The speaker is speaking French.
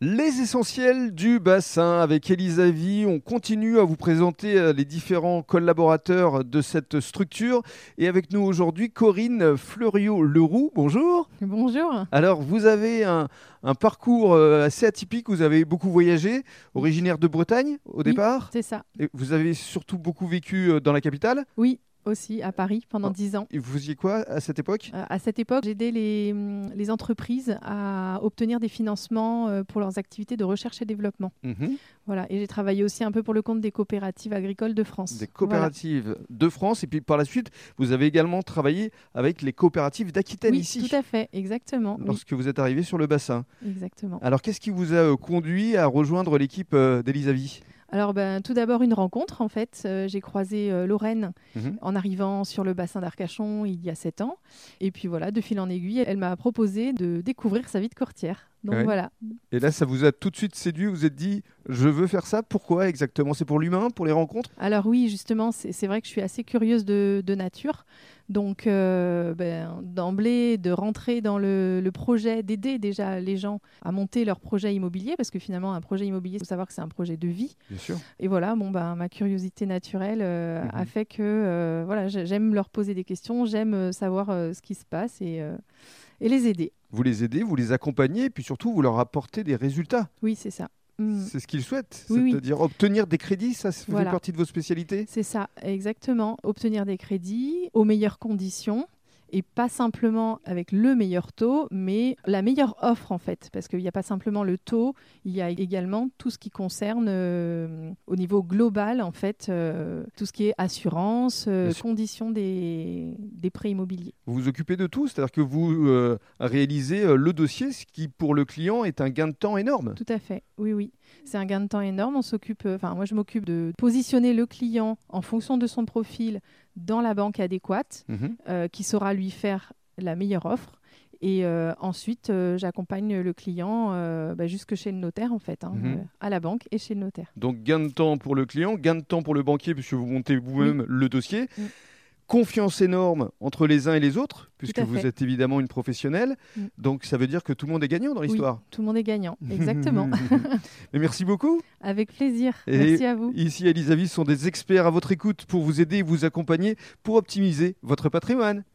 Les essentiels du bassin avec Elisavie. On continue à vous présenter euh, les différents collaborateurs de cette structure. Et avec nous aujourd'hui, Corinne Fleuriot-Leroux. Bonjour. Bonjour. Alors, vous avez un, un parcours euh, assez atypique. Vous avez beaucoup voyagé, originaire de Bretagne au Oui. départ. C'est ça. Et vous avez surtout beaucoup vécu euh, dans la capitale. Oui, aussi à Paris pendant Oh. 10 ans. Et vous faisiez quoi à cette époque Euh, à cette époque, j'aidais les, hum, les entreprises à obtenir des financements euh, pour leurs activités de recherche et développement. Mhm. Voilà. Et j'ai travaillé aussi un peu pour le compte des coopératives agricoles de France. Des Voilà. coopératives de France. Et puis par la suite, vous avez également travaillé avec les coopératives d'Aquitaine Oui, ici. tout à fait, exactement. Oui, lorsque vous êtes arrivé sur le bassin. exactement. Alors, qu'est-ce qui vous a euh, conduit à rejoindre l'équipe euh, d'Elisavie Alors, ben, tout d'abord, une rencontre, en fait. Euh, j'ai croisé euh, Lorraine Mhm. en arrivant sur le bassin d'Arcachon il y a 7 ans. Et puis voilà, de fil en aiguille, elle m'a proposé de découvrir sa vie de courtière. Donc Ouais. voilà, Et là, ça vous a tout de suite séduit, vous vous êtes dit, je veux faire ça, pourquoi exactement C'est pour l'humain, pour les rencontres Alors oui, justement, c'est c'est vrai que je suis assez curieuse de, de nature. Donc, euh, ben, d'emblée, de rentrer dans le, le projet, d'aider déjà les gens à monter leur projet immobilier, parce que finalement, un projet immobilier, il faut savoir que c'est un projet de vie. Bien sûr. Et voilà, bon, ben, ma curiosité naturelle euh, Mhm. a fait que euh, voilà, j'a- j'aime leur poser des questions, j'aime euh, savoir euh, ce qui se passe et, euh, et les aider. Vous les aidez, vous les accompagnez, et puis surtout, vous leur apportez des résultats. Oui, c'est ça. Mm. C'est ce qu'ils souhaitent. Oui, oui. C'est-à-dire obtenir des crédits, ça, ça fait Voilà. partie de vos spécialités C'est ça, exactement. Obtenir des crédits aux meilleures conditions et pas simplement avec le meilleur taux, mais la meilleure offre en fait. Parce qu'il n'y a pas simplement le taux, il y a également tout ce qui concerne euh, au niveau global en fait, euh, tout ce qui est assurance, euh, Bien sûr. conditions des, des prêts immobiliers. Vous vous occupez de tout, c'est-à-dire que vous euh, réalisez euh, le dossier, ce qui, pour le client, est un gain de temps énorme. Tout à fait, oui, oui. C'est un gain de temps énorme. On s'occupe, euh, enfin moi je m'occupe de positionner le client en fonction de son profil dans la banque adéquate. Mhm. euh, qui saura lui faire la meilleure offre. Et euh, ensuite, euh, j'accompagne le client euh, bah, jusque chez le notaire, en fait, hein, Mhm. euh, à la banque et chez le notaire. Donc gain de temps pour le client, gain de temps pour le banquier puisque vous montez vous-même le dossier. Oui. Mm. Confiance énorme entre les uns et les autres puisque à vous fait. Mm. êtes évidemment une professionnelle. Oui. Donc ça veut dire que tout le monde est gagnant dans Oui. l'histoire. Tout le monde est gagnant, exactement. Mais merci beaucoup. Avec plaisir. Et- Merci à vous. Ici, Elisavis sont des experts à votre écoute pour vous aider et vous accompagner pour optimiser votre patrimoine.